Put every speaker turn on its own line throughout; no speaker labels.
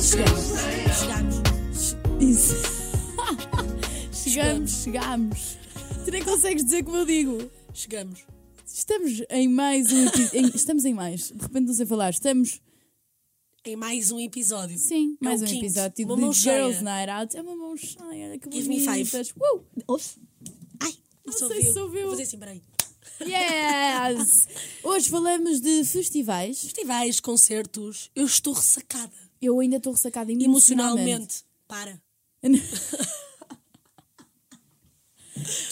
Chegamos. Chegamos. Isso. Chegamos, chegamos. Tu nem consegues dizer como eu digo.
Chegamos.
Estamos em mais um episódio. Estamos em mais. De repente não sei falar. Estamos,
Em mais um episódio.
sim,
É
mais
o
um
quinto.
episódio
Uma
de
mão cheia.
Girls Night Out. É uma mão cheia. Olha que
Give me
bonitas. Uh!
Ouve. Ai, não
sei se se ouviu.
Vou fazer assim, peraí.
Yes! Hoje falamos de festivais.
Festivais, concertos, eu estou ressacada.
Eu ainda estou ressacada
Emocionalmente.
emocionalmente.
Para.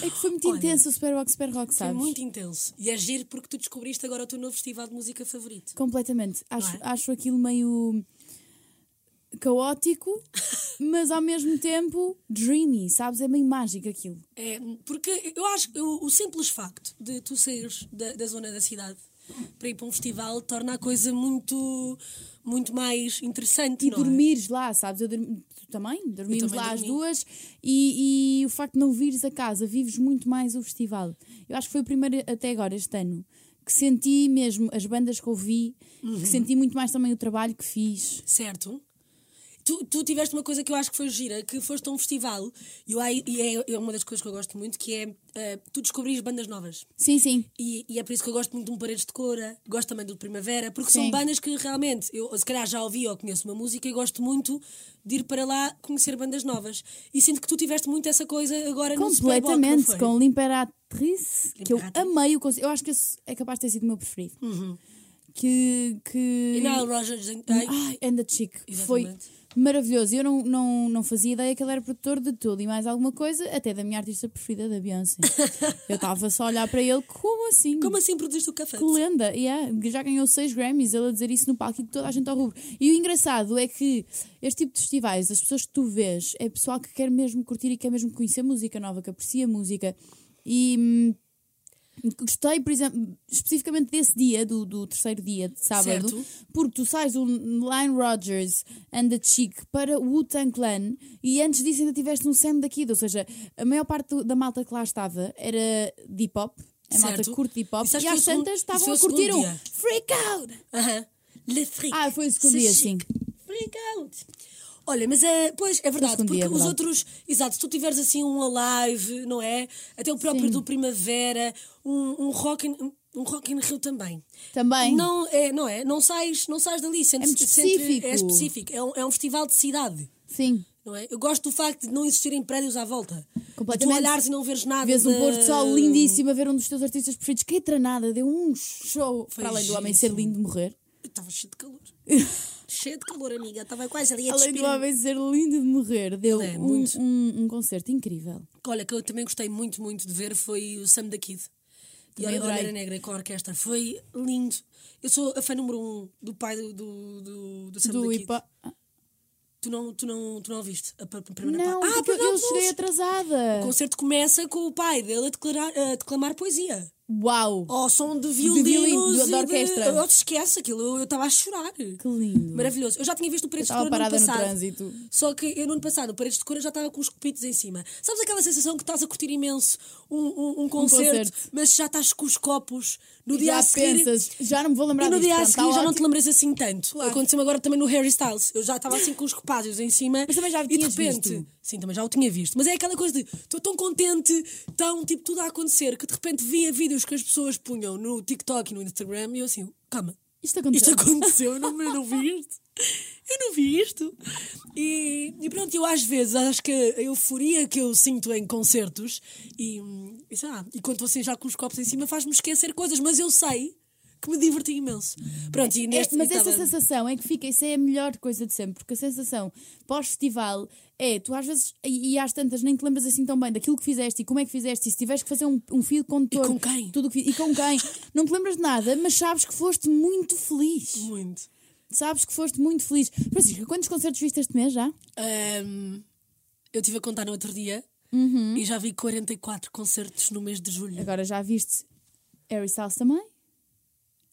É que foi muito
Olha,
intenso o Super Rock, Super Rock,
Foi
sabes?
É muito intenso. E é giro porque tu descobriste agora o teu novo festival de música favorito.
Completamente. Acho,
é?
acho aquilo meio caótico, mas ao mesmo tempo dreamy, sabes? É meio mágico aquilo.
É, porque eu acho que o, o simples facto de tu saíres da, da zona da cidade para ir para um festival torna a coisa muito, muito mais interessante.
E
não é?
dormires lá, sabes? Eu dormi- tu também? Dormimos
também
lá às
dormi.
duas e, e o facto de não vires a casa, vives muito mais o festival. Eu acho que foi o primeiro até agora, este ano, que senti mesmo as bandas que ouvi,
Uhum.
que senti muito mais também o trabalho que fiz.
Certo. Tu, tu tiveste uma coisa que eu acho que foi gira, que foste a um festival e, eu, ai- e é, é uma das coisas que eu gosto muito, que é eh, tu descobrires bandas novas.
Sim, sim.
E, e é por isso que eu gosto muito de um Paredes de Cora, gosto também do Primavera, porque
Sim.
são bandas que realmente, eu se calhar já ouvi ou conheço uma música e gosto muito de ir para lá conhecer bandas novas. E sinto que tu tiveste muito essa coisa agora no Superboc, não
Completamente,
foi?
com L'Imperatrice, que eu
L'Imperatrice.
amei o concerto. Eu acho que esse é capaz de ter sido o meu preferido. Que. que...
Uhum. E Nile Rogers... em- ai,
Ai, and the Chick. Foi
Exatamente.
maravilhoso. Eu não, não, não fazia ideia que ele era produtor de tudo e mais alguma coisa, até da minha artista preferida, da Beyoncé. Eu estava só a olhar para ele, como assim?
como assim produziste o café?
Que lenda, yeah, já ganhou seis Grammys, ele a dizer isso no palco e toda a gente ao rubro. E o engraçado é que este tipo de festivais, as pessoas que tu vês, é pessoal que quer mesmo curtir e quer mesmo conhecer música nova, que aprecia música. E hum, gostei, por exemplo, especificamente desse dia, do, do terceiro dia de sábado,
Certo.
porque tu sais do Line Rogers and the Chic para o Wu-Tang Clan e antes disso ainda tiveste um Sam daqui, ou seja, a maior parte do- da malta que lá estava era deep hop. A malta
Certo.
que curte hip hop
Isso acho
e
que
às
foi o segundo-
tantas
isso
estavam
foi
a
o segundo
curtir um
dia.
freak out!
Aham. Le Freak.
Ah, foi o segundo
Se
dia,
chic.
sim.
Freak out. Olha, mas é, pois, é verdade,
segundo
porque
dia, é
os
verdade.
outros, exato, se tu tiveres assim um Alive, não é? Até o próprio
Sim.
do Primavera, um, um Rock in, um Rock in Rio também.
Também.
Não é, não é? Não sais, não sais dali, sentes,
É muito
sentes-
específico.
é específico, é um, é um festival de cidade.
Sim.
Não é? Eu gosto do facto de não existirem prédios à volta.
Completamente.
De tu olhares e não veres nada.
Vês um
de-
pôr do sol lindíssimo a ver um dos teus artistas preferidos. Que tranada, deu um show.
Foi
para além do homem ser
giríssimo.
lindo de morrer.
Eu Estava cheio de calor. cheio de calor, amiga. Estava quase ali a
Além do
despir-me.
homem ser lindo de morrer, deu
É,
um,
muito.
um, um concerto incrível.
Olha, que eu também gostei muito, muito de ver foi o Sam da Kid. E
Também
olha,
adorei.
olha Negra com a orquestra. Foi lindo. Eu sou a fã número um do pai do, do, do, do Sam
do
da
hip
Kid.
hop.
Tu não, tu, não, tu não ouviste a pr- primeira
Não,
parte? Ah,
porque
perdão,
eu cheguei
pois.
atrasada.
O concerto começa com o pai dele a, declarar, a declamar poesia.
Uau!
Ao som de
violino,
violinos
da
e de-
orquestra.
Eu te esqueço aquilo, eu estava a chorar.
Que lindo.
Maravilhoso. Eu já tinha visto o Paredes de
Estava
Cor no ano
parada no
passado.
trânsito.
Só que eu no ano passado, o Paredes de Cor, eu já estava com os copitos em cima. Sabes aquela sensação que estás a curtir imenso um, um, um concerto,
concerto.
mas já estás com os copos no
E
dia
já
a seguir.
pensas, já não me vou lembrar
E no
disto,
dia a
pronto,
seguir
tá
já não
ótimo.
te lembras assim tanto.
Claro.
Aconteceu-me agora também no Harry Styles. Eu já estava assim com os copásios em cima.
Mas também já
E de
tinhas
repente.
visto.
Sim, também já o tinha visto. Mas é aquela coisa de estou tão contente, tão tipo tudo a acontecer, que de repente via vídeos que as pessoas punham no TikTok e no Instagram e eu assim, calma,
Isto aconteceu.
isto aconteceu, eu não, eu não vi isto. Eu não vi isto. E, e pronto, eu às vezes acho que a euforia que eu sinto em concertos e, hum, e sei lá, e quando estou assim já com os copos em cima faz-me esquecer coisas, mas eu sei que me diverti imenso. Pronto, e
É,
neste
mas
eu
essa
tava-
sensação é que fica, isso é a melhor coisa de sempre, porque a sensação pós-festival é, tu às vezes, e, e às tantas, nem te lembras assim tão bem daquilo que fizeste e como é que fizeste, e se tiveres que fazer um, um fio condutor.
E com quem?
Tudo o que, fi- e com quem? não te lembras de nada, mas sabes que foste muito feliz.
Muito.
Sabes que foste muito feliz. Francisca, quantos concertos viste este mês já?
Ahm, eu estive a contar no outro dia
Uhum.
e já vi 44 concertos no mês de julho.
Agora já viste Harry Styles também,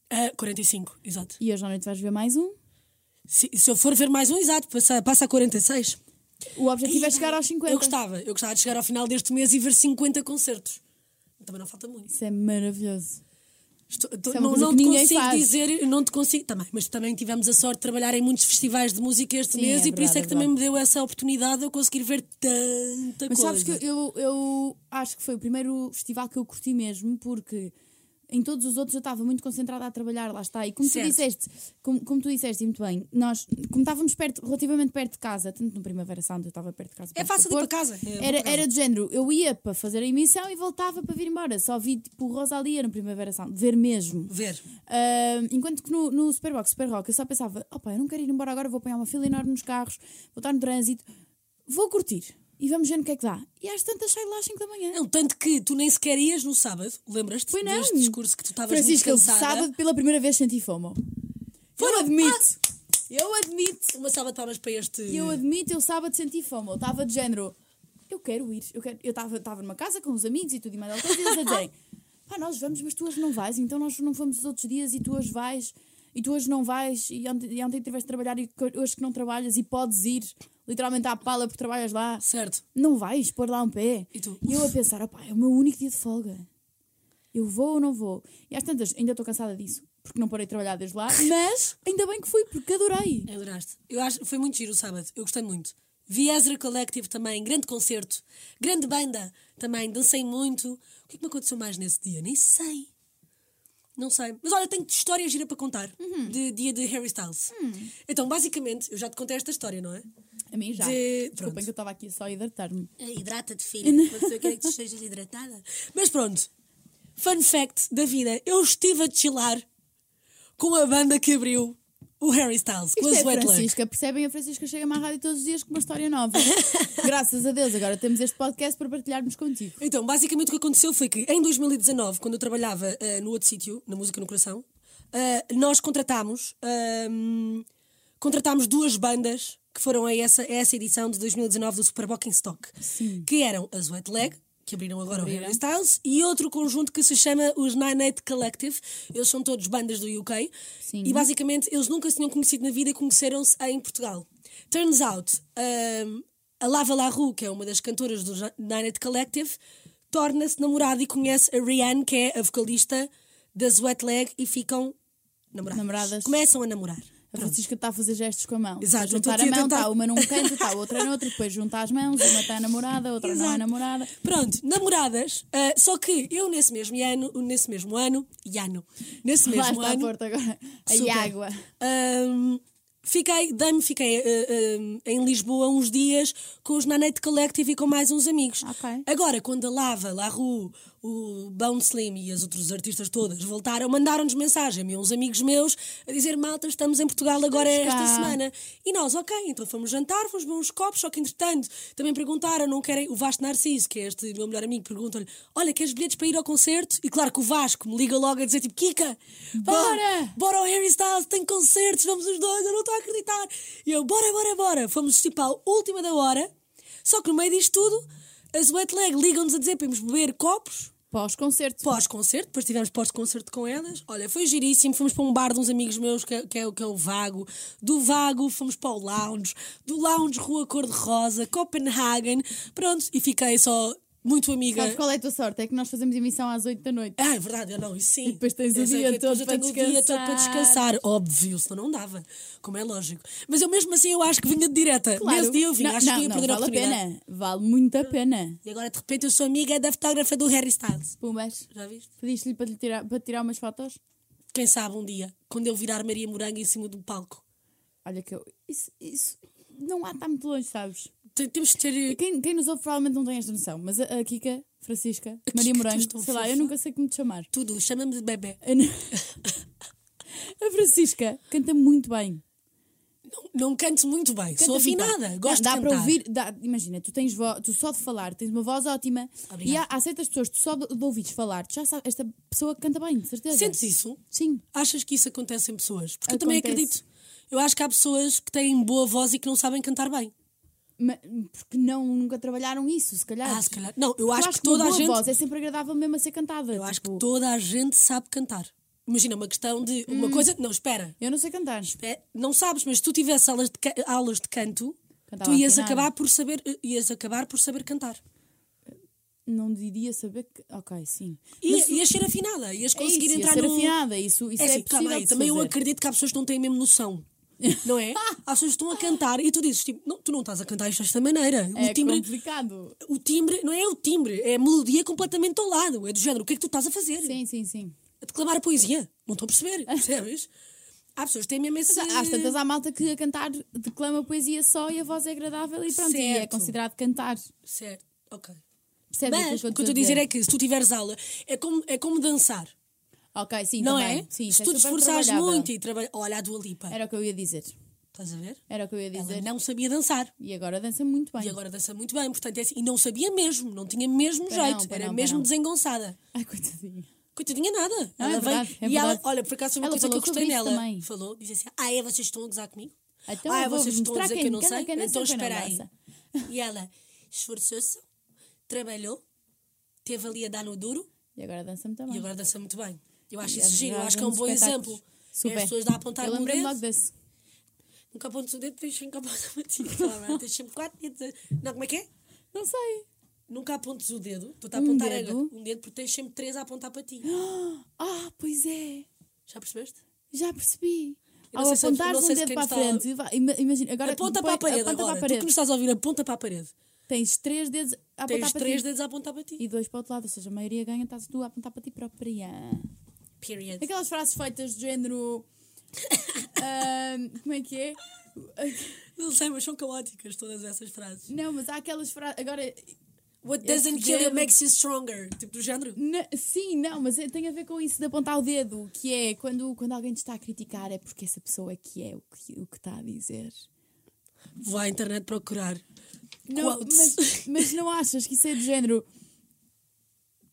Ah, 45, exato.
e hoje à noite vais ver mais um.
Se, se eu for ver mais um, exato, passa, passa a 46.
O objetivo
Ai,
é chegar aos 50.
Eu gostava, eu gostava de chegar ao final deste mês e ver 50 concertos. Também não falta muito.
Isso é maravilhoso.
Estou- estou-
é uma
não,
coisa
não
que
te
ninguém
consigo
faz.
dizer, eu não te consigo também, mas também tivemos a sorte de trabalhar em muitos festivais de música este
Sim,
mês
é
e por isso
verdade,
é
é
que também me deu essa oportunidade de eu conseguir ver tanta
Mas
coisa.
sabes que eu, eu acho que foi o primeiro festival que eu curti mesmo, porque em todos os outros eu estava muito concentrada a trabalhar, lá está. E como
Certo.
tu disseste, como, como tu disseste e muito bem, nós, como estávamos perto, relativamente perto de casa, tanto no Primavera Sound eu estava perto de casa.
É
perto
fácil
do
de ir
Porto,
para casa, é bom
era,
para casa.
era do género, eu ia para fazer a emissão e voltava para vir embora. Só vi tipo Rosalia no Primavera Sound, ver mesmo.
Ver.
Ah, enquanto que no, no Superbox, Super Rock, eu só pensava: opa, eu não quero ir embora agora, vou apanhar uma fila enorme nos carros, vou estar no trânsito, vou curtir e vamos ver no que é que dá. E às tantas saio lá às 5 da manhã.
Não, tanto que tu nem sequer ias no sábado, lembras-te?
Foi não.
Deste discurso que tu estavas muito
Francisco, eu
cansada.
sábado pela primeira vez senti fomo.
Foi
eu
não-
admito, eu admito,
Uma salva de palmas para este.
eu admito, eu sábado senti fomo. Eu Estava de género: eu quero ir, eu quero. Eu estava estava numa casa com uns amigos e tudo e mais alguma coisa e eles a dizerem: pá, nós vamos, mas tu hoje não vais, então nós não fomos os outros dias e tu hoje vais. E tu hoje não vais, e ontem, e ontem tiveste de trabalhar, e co- hoje que não trabalhas, e podes ir literalmente à pala porque trabalhas lá.
Certo.
Não vais pôr lá um pé.
E tu?
eu a pensar, opá, é o meu único dia de folga. Eu vou ou não vou? E às tantas, ainda estou cansada disso, porque não parei de trabalhar desde lá, mas ainda bem que fui, porque adorei.
Adoraste. Eu acho, foi muito giro o sábado. Eu gostei muito. Vi Ezra Collective também, grande concerto, grande banda também, dancei muito. O que é que me aconteceu mais nesse dia? Nem sei. Não sei. Mas olha, tenho história gira para contar de dia de Harry Styles. Então, basicamente, eu já te contei esta história, não é?
A mim já.
De- pronto.
Desculpem que eu estava aqui só a hidratar-me.
Eh, Hidrata-te, filho. Você quer que tu estejas hidratada. Mas pronto. Fun fact da vida. Eu estive a chilar com a banda que abriu o Harry Styles, com
Isto
a
é a
Sweat Lodge.
Francisca, percebem? A Francisca chega-me à rádio todos os dias com uma história nova. Graças a Deus, agora temos este podcast para partilharmos contigo.
Então, basicamente o que aconteceu foi que em 2019, quando eu trabalhava ah, no outro sítio, na Música no Coração, ah, nós contratámos, ahm, contratámos duas bandas que foram a essa, a essa edição de 2019 do Super Bock em Stock, que eram as Wet Leg, que abriram agora o Harry Styles, e outro conjunto que se chama os Nine Eight Collective. Eles são todos bandas do UK.
Sim.
E basicamente eles nunca se tinham conhecido na vida e conheceram-se em Portugal. Turns out, um, a Lava La Rue, que é uma das cantoras do Nine Eight Collective, torna-se namorada e conhece a Rihanna, que é a vocalista das Wet Leg, e ficam namoradas.
Namoradas.
Começam a namorar.
A
Pronto.
Francisca está a fazer gestos com a mão.
Exato,
Está a
eu estou
juntar
aqui
a
a
mão,
tentar-
está uma num canto, está outra noutro, depois junta as mãos, uma está namorada, a outra não
Exato.
é namorada.
Pronto, namoradas. ah, só que eu nesse mesmo ano, nesse mesmo ano, e ano, nesse
Lá
mesmo
está a
ano,
Porto agora.
Super.
A água.
Ahm, fiquei, dei-me, fiquei ah, ahm, em Lisboa uns dias com os Nanate Collective e com mais uns amigos.
Ok.
Agora, quando a Lava, La Rue, o Bone Slim e as outros artistas todas voltaram, mandaram-nos mensagem, e uns amigos meus, a dizer: Malta, estamos em Portugal agora
Estamos
esta
cá."
semana. E nós, ok, então fomos jantar, fomos beber uns copos, só que entretanto também perguntaram, não querem. O Vasco Narciso, que é este meu melhor amigo, pergunta-lhe: Olha, queres bilhetes para ir ao concerto? E claro que o Vasco me liga logo a dizer: Tipo, Kika,
Bora!
Bora ao Harry Styles, tem concertos, vamos os dois, eu não estou a acreditar. E eu, bora, bora, bora. Fomos tipo à última da hora, só que no meio disto tudo, as wet leg ligam-nos a dizer para irmos beber copos
Pós-concerto.
pós-concerto, depois tivemos pós-concerto com elas. Olha, foi giríssimo. Fomos para um bar de uns amigos meus, que, é- que é, o- que é o Vago. Do Vago fomos para o Lounge. Do Lounge, Rua Cor-de-Rosa, Copenhagen. Pronto, e fiquei só muito amiga.
Sabes qual é a tua sorte? É que nós fazemos emissão às 8 da noite.
Ah, é verdade, eu não, isso sim.
E depois tens o
Eu sei
dia
que depois
todo
eu tenho
para
o dia todo para descansar. Óbvio, senão não dava, como é lógico. Mas eu mesmo assim eu acho que vinha de direta. Nesse dia eu vinha,
não,
acho
não,
que ia
não,
perder a
vale
oportunidade.
pena. Vale muito a pena.
E agora de repente eu sou amiga da fotógrafa do Harry Styles.
Pumbas.
Já viste?
Pediste-lhe para, lhe tirar, para tirar umas fotos?
Quem sabe um dia, quando eu virar Maria Morango em cima de um palco.
Olha que eu. Isso, isso não há, está muito longe, sabes?
T- Temos de ter. eh,
Quem, quem nos ouve provavelmente não tem esta noção, mas a, a Kika, Francisca,
Kika,
Maria
tu
Morango,
és tão
sei lá, eu
fofa.
nunca sei como te chamar.
Tudo, chama-me de bebê.
Eu não- A Francisca canta muito bem.
Não, não canto muito bem,
Cantas
sou
muito
afinada,
bem.
gosto de
assim dá, dá
cantar.
para ouvir, dá- imagina, tu tens vo- tu só de falar, tens uma voz ótima
Obrigada.
e há, há certas pessoas que tu só de, de ouvires falar, tu já sabes, esta pessoa canta bem, de certeza.
Sentes isso?
Sim.
Achas que isso acontece em pessoas? Porque eu também
Acontece.
acredito. Eu acho que há pessoas que têm boa voz e que não sabem cantar bem.
Ma- porque não, nunca trabalharam isso, se calhar.
Ah, se calhar. Não, eu
É. Eu
acho que toda
uma
a
boa
gente.
voz é sempre agradável mesmo a ser cantada.
Eu acho que
tipo,
toda a gente sabe cantar. Imagina uma questão de
Hum.
uma coisa. Não, espera.
Eu não sei cantar.
É, não sabes, mas se tu tivesse aulas de, ca- aulas de canto,
Cantava
tu ias
afinado.
eh, acabar por saber, ias acabar por saber cantar.
não diria saber que. Ok, sim. Mas
E, ias ser afinada, ias
é isso,
conseguir
ia
entrar
ser
no.
afinada, isso, isso
É
é,
assim, tá
possível
bem,
de
também eu
fazer.
acredito que há pessoas que não têm mesmo noção. Não é? Há pessoas que estão a cantar e tu dizes, tipo, não, tu não estás a cantar isto desta maneira.
É
o, timbre,
complicado.
o timbre, não é o timbre, é a melodia completamente ao lado. É do género, o que é que tu estás a fazer?
Sim, sim, sim.
A declamar a poesia? Não estou a perceber, percebes? Há pessoas que têm mesmo esse...
Às tantas há malta que a cantar declama poesia só e a voz é agradável e pronto, e é
Certo.
considerado cantar.
Certo, ok.
Percebes aquilo
Mas
que
o que eu
estou a
dizer é que se tu tiveres aula, é como, é como dançar,
Ok, sim,
não
também.
é?
Sim, isso
se
é
tu te
super
esforçares
trabalhável.
muito e trabalhar. Olha a Dua Lipa,
Era o que eu ia dizer.
estás a ver?
Era o que eu ia dizer.
Ela não sabia dançar.
E agora dança muito bem.
E agora dança muito bem, portanto, é assim. E não sabia mesmo, não tinha mesmo
Pois
jeito,
não, pois
era
não, pois
mesmo
não.
desengonçada.
Ai, coitadinha.
Coitadinha nada.
Não, é verdade, é
e ela,
verdade.
olha, por acaso foi uma
Ela
coisa que eu
falou sobre
gostei
isso
nela.
também.
Falou, disse assim: Ah, é, vocês estão a gozar comigo?
Então
ah,
eu vou
vocês estão a
mostrar
dizer que
quem-
eu não
quem-
sei?
quem dança,
então
quem é não
espera aí.
dança.
E ela esforçou-se, trabalhou, teve ali a dar no duro
E agora dança-me
e
também.
agora dança muito bem. Eu acho
E
isso giro, eu
agora
acho que é um
damos
bom
espetáculos.
exemplo. É
Super.
as pessoas dá a apontar
Eu
o
lembrei-me
dedo.
logo desse.
Nunca apontes o dedo, tens sempre apontar a matilha. Tá bem, Tens sempre quatro dedos. Não, como é que é?
Não sei.
Nunca apontes o dedo. Estou-te a
Um
apontar
dedo?
ela. Um dedo, porque tens sempre três a apontar para ti.
Ah, pois é.
Já percebeste?
Já percebi.
Eu não
Ao
sei se- não
apontares
sei
um
se
dedo
quem
para a
está-
frente, vá, ima- imagina, agora
aponta
põe-
para a parede
aponta
agora.
para a parede.
Tu que nos estás a ouvir, aponta para a parede.
Tens três dedos a apontar
Tens
para
três
ti
dedos a apontar para ti.
e dois para o outro lado, ou seja, a maioria ganha, estás tu a apontar para ti própria.
Period.
Aquelas frases feitas do género. ahm, como é que é?
Não sei, mas são caóticas todas essas frases.
Não, mas há aquelas frases. Agora,
What
Esse
doesn't kill you
dedo-
makes you stronger. Tipo do género.
Na- sim, não, mas é- tem a ver com isso de apontar o dedo, que é quando, quando alguém te está a criticar, é porque essa pessoa é que é o que, o que está a dizer.
Vou à internet procurar.
Não,
quotes.
mas, mas não achas que isso é do género?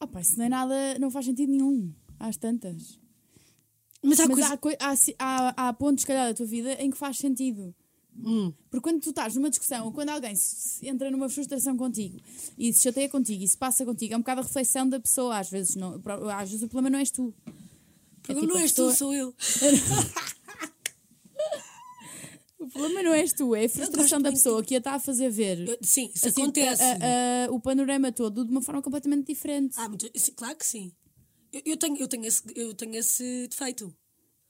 Ah, pá, isso não é nada, não faz sentido nenhum. Às tantas.
Mas há
mas
coisa...
há, coi- há, si- há, há pontos, se calhar, da tua vida em que faz sentido.
Hum.
Porque quando tu estás numa discussão, ou quando alguém se- se entra numa frustração contigo e se chateia contigo e se passa contigo, é um bocado a reflexão da pessoa. Às vezes, não, pro- às vezes o problema não és tu.
Porque
tipo,
não
a
és
pessoa-
tu, sou eu.
O problema não és tu, é a frustração
gosto
da
muito
pessoa que a está a fazer ver
Eu- Sim, isso
assim,
acontece.
a- a- o panorama todo de uma forma completamente diferente.
Ah, muito- sim, claro que sim. Eu, eu tenho, eu, tenho esse, eu tenho esse defeito.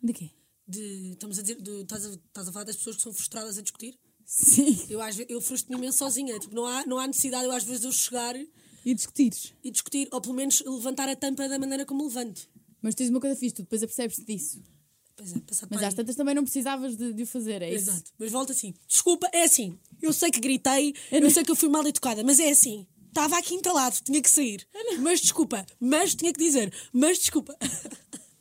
De quê?
De, estamos a dizer, do- estás, a, estás a falar das pessoas que são frustradas a discutir?
Sim.
Eu, às ve- eu frustro-me imenso sozinha. Tipo, não, há, não há necessidade, eu às vezes, de eu chegar e
E discutires.
discutir, ou pelo menos levantar a tampa da maneira como levanto.
Mas tens uma coisa fixe, tu depois apercebes-te disso.
Pois é, passado
Mas
para
às
aí.
tantas também não precisavas de, de o fazer, é isso?
Exato. Mas volta assim. Desculpa, é assim. Eu sei que gritei, eu sei que eu fui mal educada, mas é assim. Estava aqui entalado, tinha que sair. Mas desculpa, mas tinha que dizer, mas desculpa.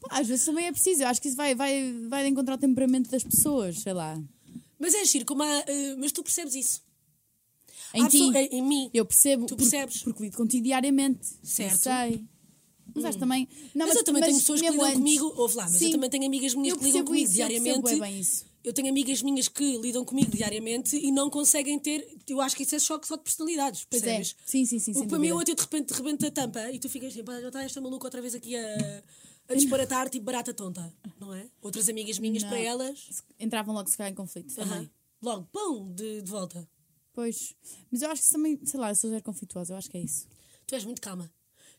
Pá, às vezes também é preciso, eu acho que isso vai, vai, vai encontrar o temperamento das pessoas, sei lá.
Mas é giro, como há, eh, mas tu percebes isso.
Em
Há pessoa-
ti.
em- em mim.
Eu percebo.
Ah, Tu
porque-
percebes.
Porque lido contigo diariamente.
Certo. Hum.
Eu sei. Mas acho também. Não,
mas, eu também tenho pessoas que
mesmo
ligam
antes-
comigo, ouve lá, mas eu
Sim.
também tenho amigas minhas
Eu
que ligam
percebo
comigo
isso, eu percebo
diariamente.
bué bem isso.
Eu tenho amigas minhas que lidam comigo diariamente e não conseguem ter. Eu acho que isso é choque só de personalidades,
Pois é.
percebes?
Sim, sim, sim.
O
sem
que para mim é
dúvida.
ontem de repente rebenta a tampa e tu ficas assim, "Pá, já está esta maluca outra vez aqui a, a disparatar, tipo barata tonta, não é? Outras amigas minhas
Não.
para elas,
Se- Entravam logo se calhar em conflito também.
aham, logo, pão, de, de volta.
Pois. Mas eu acho que isso também, sei lá, eu sou zero conflituosa, eu acho que é isso.
Tu és muito calma.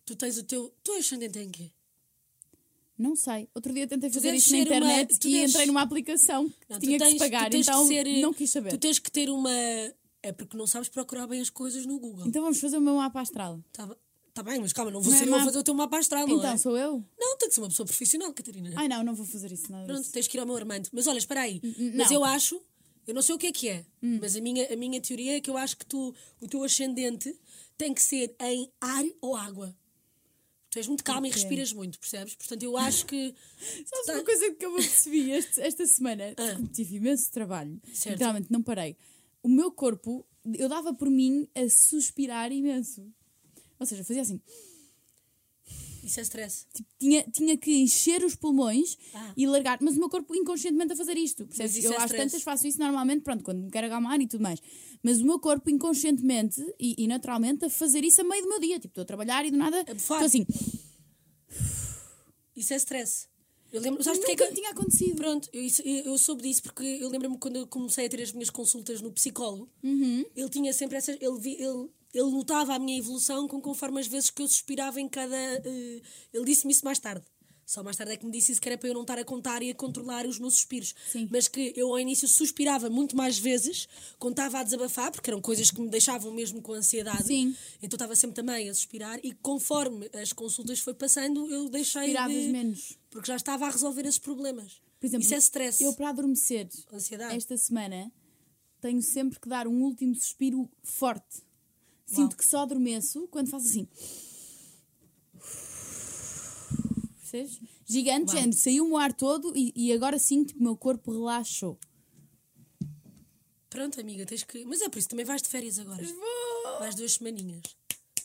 Tu tens o teu. Tu és ascendente em quê?
Não sei. Outro dia tentei fazer
deves
isso na
ser uma-
internet
tu
e
deves-
entrei numa aplicação que
Não, tu
tinha que se
tens-
pagar,
tu tens
então
que ser- eh,
não quis saber.
Tu tens que ter uma. É porque não sabes procurar bem as coisas no Google.
Então vamos fazer o meu mapa astral.
Tá, ba- tá bem, mas calma, não vou
Não é
ser eu a
má-
fazer o teu mapa astral, não
Então
é?
sou eu?
Não, tem que ser uma pessoa profissional, Catarina.
Ai não, não vou fazer isso, nada disso.
Pronto, tens que ir ao meu Armando. Mas olha, espera aí.
N-
Mas
não. Hum.
eu acho, eu não sei o que é que é, mas a minha, a minha teoria é que eu acho que tu, o teu ascendente tem que ser em ar ou água. Tu és muito calma e
Ok.
respiras muito, percebes? Portanto, eu acho que.
Sabes
Tá-
uma coisa que eu me percebi este- esta semana?
Ah.
Porque Tive imenso trabalho.
Certo.
Literalmente, não parei. O meu corpo, eu dava por mim a suspirar imenso. Ou seja, fazia assim.
Isso é stress.
Tipo, tinha, tinha que encher os pulmões
Ah.
e largar. Mas o meu corpo inconscientemente a fazer isto. Percebes?
isso
Eu
é
às
stress.
tantas faço isso normalmente, pronto, quando me quero agamar e tudo mais. Mas o meu corpo inconscientemente e, e naturalmente a fazer isso a meio do meu dia. Tipo, estou a trabalhar e do nada.
bufar.
Estou assim.
Isso é stress. Eu lembro, sabes porque é
Nunca
que
me tinha acontecido.
Pronto, eu, isso- eu- eu soube disso porque eu lembro-me quando eu comecei a ter as minhas consultas no psicólogo,
Uhum.
ele tinha sempre essas. Ele, vi- ele, ele notava a minha evolução com, conforme as vezes que eu suspirava em cada. eh, ele disse-me isso mais tarde. Só mais tarde é que me disse isso que era para eu não estar a contar e a controlar os meus suspiros.
Sim.
Mas que eu ao início suspirava muito mais vezes, contava a desabafar, porque eram coisas que me deixavam mesmo com ansiedade.
Sim.
Então estava sempre também a suspirar e conforme as consultas foi passando, eu deixei
Suspiravas
de...
menos.
Porque já estava a resolver esses problemas.
Por exemplo,
Isso é stress.
Eu para adormecer
Ansiedade.
esta semana tenho sempre que dar um último suspiro forte. Sinto
Uau.
que só adormeço quando faço assim. Percebes? Gigante,
Uau.
gente, saiu-me o ar todo e, e agora sim, tipo, o meu corpo relaxou.
Pronto, amiga, tens que. Mas é por isso, também vais de férias agora. Vais duas semaninhas.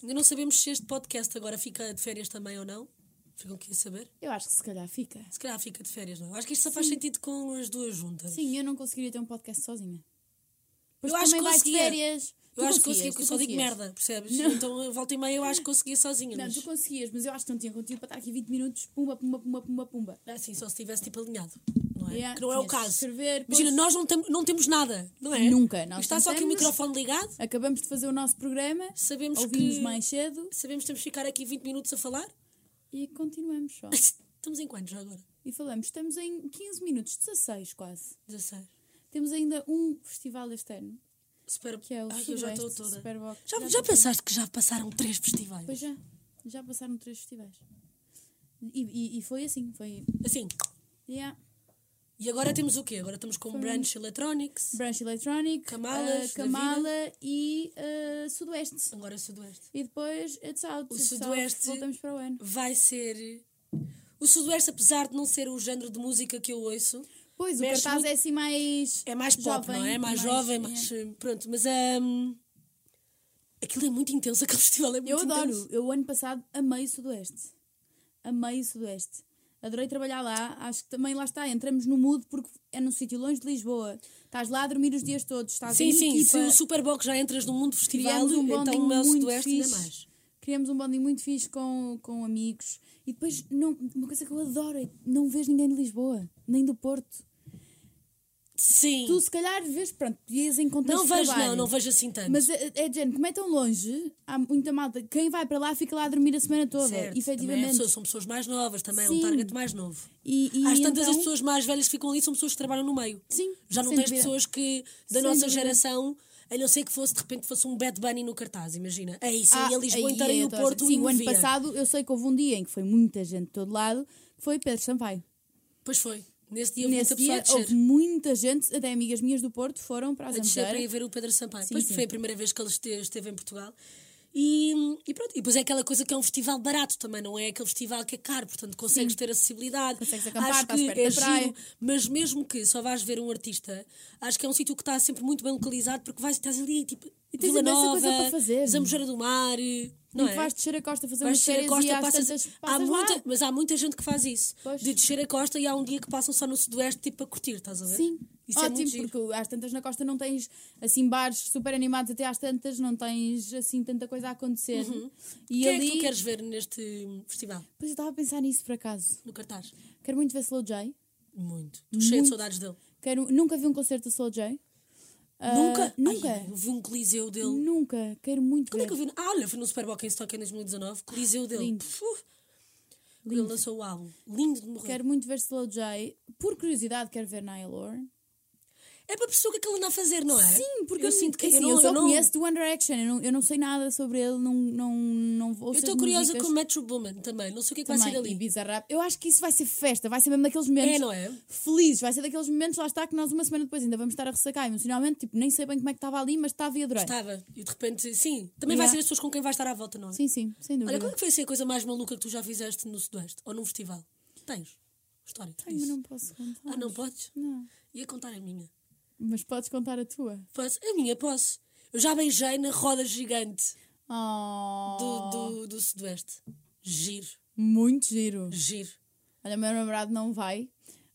Ainda não sabemos se este podcast agora fica de férias também ou não. Ficam aqui a saber.
Eu acho que se calhar fica.
Se calhar fica de férias, não. é? Acho que isto só faz sentido com as duas juntas.
Sim, eu não conseguiria ter um podcast sozinha. Pois
Eu acho
também
que
vais de
conseguia.
férias.
Eu
Tu
acho que
conseguias,
consegui, porque eu
tu
só digo
conseguias.
merda, percebes? Então, a volta e meia, eu acho que conseguia sozinha.
Não,
mas...
tu conseguias, mas eu acho que não tinha conteúdo para estar aqui 20 minutos, pumba, pumba, pumba, pumba, pumba.
Ah, sim, só se tivesse tipo alinhado, não é?
Yeah,
que não é o
tinhas de
caso.
escrever,
Imagina,
pois.
nós não, tamo- não temos nada, não é?
Nunca, nós
Está
não
só aqui o
temos.
microfone ligado,
Acabamos de fazer o nosso programa,
Sabemos
ouvimos
que-
mais cedo
sabemos que temos que ficar aqui 20 minutos a falar.
e continuamos só.
Estamos em quantos já agora?
E falamos, estamos em 15 minutos, 16 quase.
16.
Temos ainda um festival este ano,
Super...
que é o
Ai, eu já estou
Sudoeste
toda.
Superboc.
Já, já
estou toda.
pensaste que já passaram três festivais?
Pois é. já, já passaram três festivais. E, e- e foi assim, foi...
Assim,
Yeah.
e agora temos o quê? Agora estamos com Branch Electronics,
Branch Electronic,
Camalas,
eh, Camala e eh, Sudoeste.
agora Sudoeste.
E depois It's Out.
O
It's Out,
Sudoeste-
Voltamos para o ano.
Vai ser... O Sudoeste, apesar de não ser o género de música que eu ouço,
Pois, o
Mexe
cartaz
muito-
é assim mais.
é mais pop,
jovem,
não é? Mais, jovem, mais... eh, Pronto, mas... hum, aquilo é muito intenso, aquele festival é muito
Eu adoro.
intenso.
Eu, ano passado, amei o Sudoeste. Amei o Sudoeste. Adorei trabalhar lá. Acho que também lá está. Entramos no mood porque é num sítio longe de Lisboa. Estás lá a dormir os dias todos. Estás
Sim,
em
sim,
equipa.
se o Superbox já entras no mundo festival,
Criamos um bonding
então o meu
muito
Sudoeste ainda
fixe.
mais.
Criamos um bonding muito fixe com, com amigos. E depois, não, uma coisa que eu adoro é não vês ninguém de Lisboa, nem do Porto.
Sim.
Tu, se calhar, vês, pronto, ias em contexto
Não
de
vejo,
trabalho.
não, não vejo assim tanto.
Mas é, é de género, como é tão longe, há muita malta. Quem vai para lá fica lá a dormir a semana toda,
Certo, também é
efetivamente.
pessoa- são pessoas mais novas, também é um
Sim.
target mais novo.
E, e
Às tantas
então-
as pessoas mais velhas que ficam ali são pessoas que trabalham no meio.
Sim,
Já não
sem
tens
dúvida.
pessoas que da
Sem
nossa
dúvida.
geração, a não ser que fosse de repente fosse um Bad Bunny no cartaz, imagina. É isso,
Ah,
e a Lisboa
aí
inteira
é
e o
toda a
Porto
gente. Sim,
e
o ano
Via.
passado eu sei que houve um dia em que foi muita gente de todo lado, que foi Pedro Sampaio.
Pois foi. Nesse dia houve
Nesse
muita pessoa
dia
a descer.
houve muita gente, até amigas minhas do Porto foram para a
a descer para ir
Zambujeira.
ver o Pedro Sampaio.
Sim,
Pois
sim.
foi a primeira vez que ele este- esteve em Portugal. E, e pronto, e depois é aquela coisa que é um festival barato também, não é aquele festival que é caro, portanto consegues ter acessibilidade.
Consegues acampar,
acho
estás
que
perto
é
da praia.
giro, mas mesmo que só vais ver um artista, acho que é um sítio que está sempre muito bem localizado porque vais, estás ali tipo e
tens
Vila
imensa
Nova,
coisa para fazer.
Zambujeira do Mar, não
Não
é?
vais descer a costa fazer
Vais
umas
descer a
férias e
costa,
às
passas,
tantas
há
passas lá.
muita, mas há muita gente que faz isso.
Pois.
De descer a costa e há um dia que passam só no Sudoeste tipo a curtir, estás a ver?
Sim.
Isso é
Ótimo,
muito giro.
porque às tantas na costa não tens assim bares super animados até às tantas, não tens assim tanta coisa a acontecer. E
Quem
ali.
é que tu queres ver neste festival?
Pois eu estava a pensar nisso por acaso.
no cartaz.
Quero muito ver Slow J.
Muito. Estou cheia de saudades dele.
Quero, nunca vi um concerto da Slow J. Ah,
nunca?
Nunca.
Ai, eu vi um coliseu dele.
Nunca. Quero muito
Quando é
ver.
que eu vi? Ah, olha, foi no Superbock em Stock em 2019. Coliseu dele.
Lindo.
Puf, Quando Ele lançou o álbum. Lindo de morrer.
Quero muito ver Slow J. Por curiosidade, quero ver Niall Horan.
É para perceber o que é que ele anda a fazer, não é?
Sim, porque eu,
sinto que
assim, eu,
não-
só
não-
conheço do One Direction. Eu não, eu não sei nada sobre ele. Não, não, não ouço
Eu
as
estou curiosa
músicas
com o Metro Boomin também. Não sei o que é que vai ser
também. E
ali.
Bizarrap. Eu acho que isso vai ser festa. Vai ser mesmo daqueles momentos.
É, não é?
Felizes. Vai ser daqueles momentos, lá está, que nós uma semana depois ainda vamos estar a ressacar emocionalmente. Tipo, nem sei bem como é que estava ali, mas estava e adorei.
Estava. E de repente, sim. Também vai
Yeah.
ser as pessoas com quem vai estar à volta, não é?
Sim, sim, sem dúvida.
Olha, qual é que foi assim, a coisa mais maluca que tu já fizeste no Sudoeste? Ou num festival? Tens? História?
Ai, mas não posso contar.
Ah, não podes?
Não.
Ia contar a minha.
Mas podes contar a tua.
Posso? A minha, posso. Eu já beijei na roda gigante
Oh,
do, do, do Sudoeste. Giro,
Muito giro.
giro.
Olha, o meu namorado não vai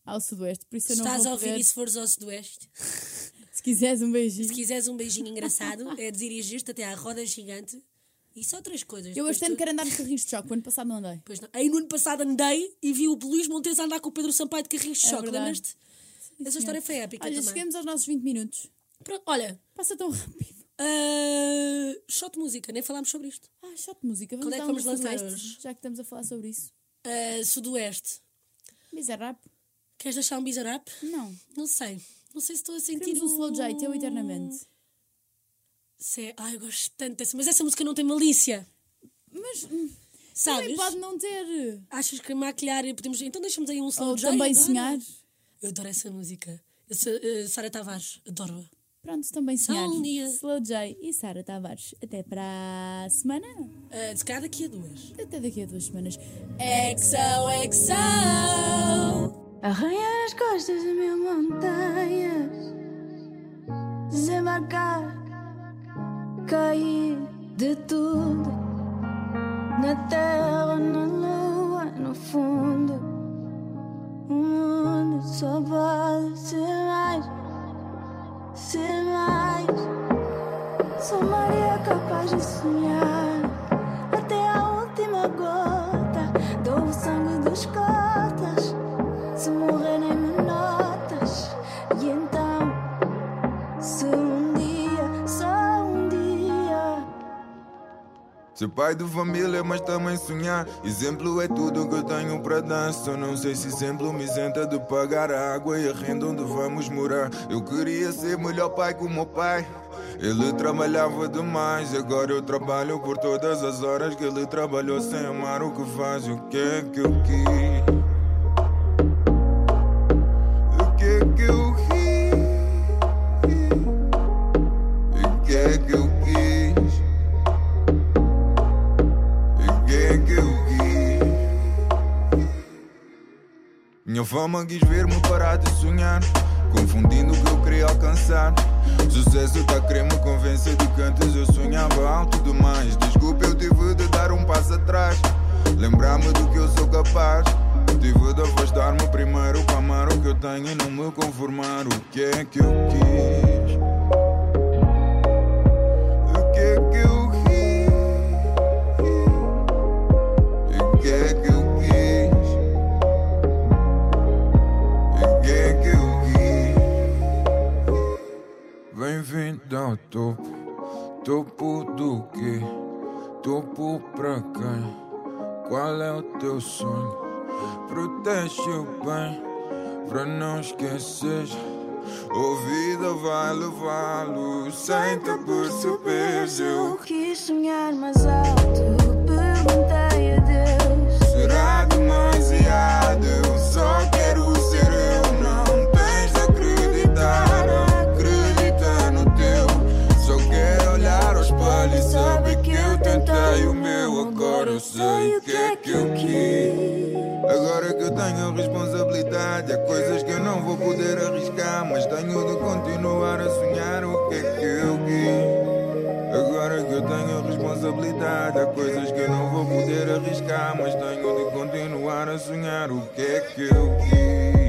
ao Sudoeste, por isso eu não
Estás a
vou
ouvir
poder.
e se fores ao Sudoeste,
Se quiseres, um beijinho.
se quiseres um beijinho engraçado, é dirigir-te até à roda gigante E só outras coisas.
Eu
Depois
este ano
tu-
quero andar de carrinhos de choque, o ano passado não andei.
Pois não. Aí no ano passado andei e vi o Luís Montes andar com o Pedro Sampaio de carrinhos de
É
choque,
verdade.
lembras-te? Essa história foi épica
Olha,
também.
chegamos aos nossos 20 minutos.
Pronto, olha,
Passa tão rápido.
ah, shot de música, nem falámos sobre isto.
Ah, shot de música. Vamos
Quando é que
dar
vamos
um
lançar
sudoeste,
hoje?
Já que estamos a falar sobre isso.
Ah, Sudoeste,
Bizarrap?
queres deixar um bizarrap?
Não.
Não sei. Não sei se estou a sentir
Queremos um slow J, teu eternamente.
Se é- Ai, eu gosto tanto dessa. Mas essa música não tem malícia.
Mas hum,
Sabes?
também pode não ter. eh,
Achas que maquilhar e podemos. Então deixamos aí um slow
Ou
J
também
agora.
sonhar.
Eu adoro essa música. Eu sou, eh, Sara Tavares, adoro-a.
Pronto, também sonhar.
um dia.
Slow J e Sara Tavares. Até para a semana.
Eh, se calhar daqui a duas.
Até daqui a duas semanas.
XOXO!
Arranhar as costas de mil montanhas, desembarcar, cair de tudo, na terra, na lua, no fundo. O mundo só pode ser mais, ser mais. Sou Maria capaz de sonhar até a última gota. Dou o sangue dos cotas. Se morrer nem me notas E então Se um dia, só um dia
Ser pai de família, mas também sonhar. Exemplo é tudo que eu tenho pra dar. Só não sei se exemplo me isenta de pagar a água e a renda onde vamos morar. Eu queria ser melhor pai que o meu pai. Ele trabalhava demais, agora eu trabalho por todas as horas que ele trabalhou sem amar o que faz. O que é que eu quis? O que é que eu quis? O que é que eu quis? Ninguém que eu quis. Minha fama quis ver-me parar de sonhar, confundindo o que eu queria alcançar. Sucesso tá querendo me convencer de que antes eu sonhava alto demais. Desculpa, eu tive de dar um passo atrás, lembrar-me do que eu sou capaz. Tive de afastar-me primeiro para amar o que eu tenho e não me conformar. O que é que eu quis? O que é que eu quis? O que é que eu quis? O que é que eu quis? Bem-vindo ao topo, topo do quê? Topo pra quem? Qual é o teu sonho? Protege o bem, pra não esquecer. O vida vai levá-lo sem te perceberes. Eu
Eu quis sonhar mais alto Perguntei a Deus
Será demasiado? Eu só quero ser eu. Não tens de acreditar, acredita no teu. Só quero olhar ao espelho e saber que eu tentei o meu. Agora eu sei o que é que eu quis. Agora que eu tenho responsabilidade, há coisas que eu não vou poder arriscar. Mas tenho de continuar a sonhar o que é que eu quis. Agora que eu tenho responsabilidade, há coisas que eu não vou poder arriscar. Mas tenho de continuar a sonhar o que é que eu quis. é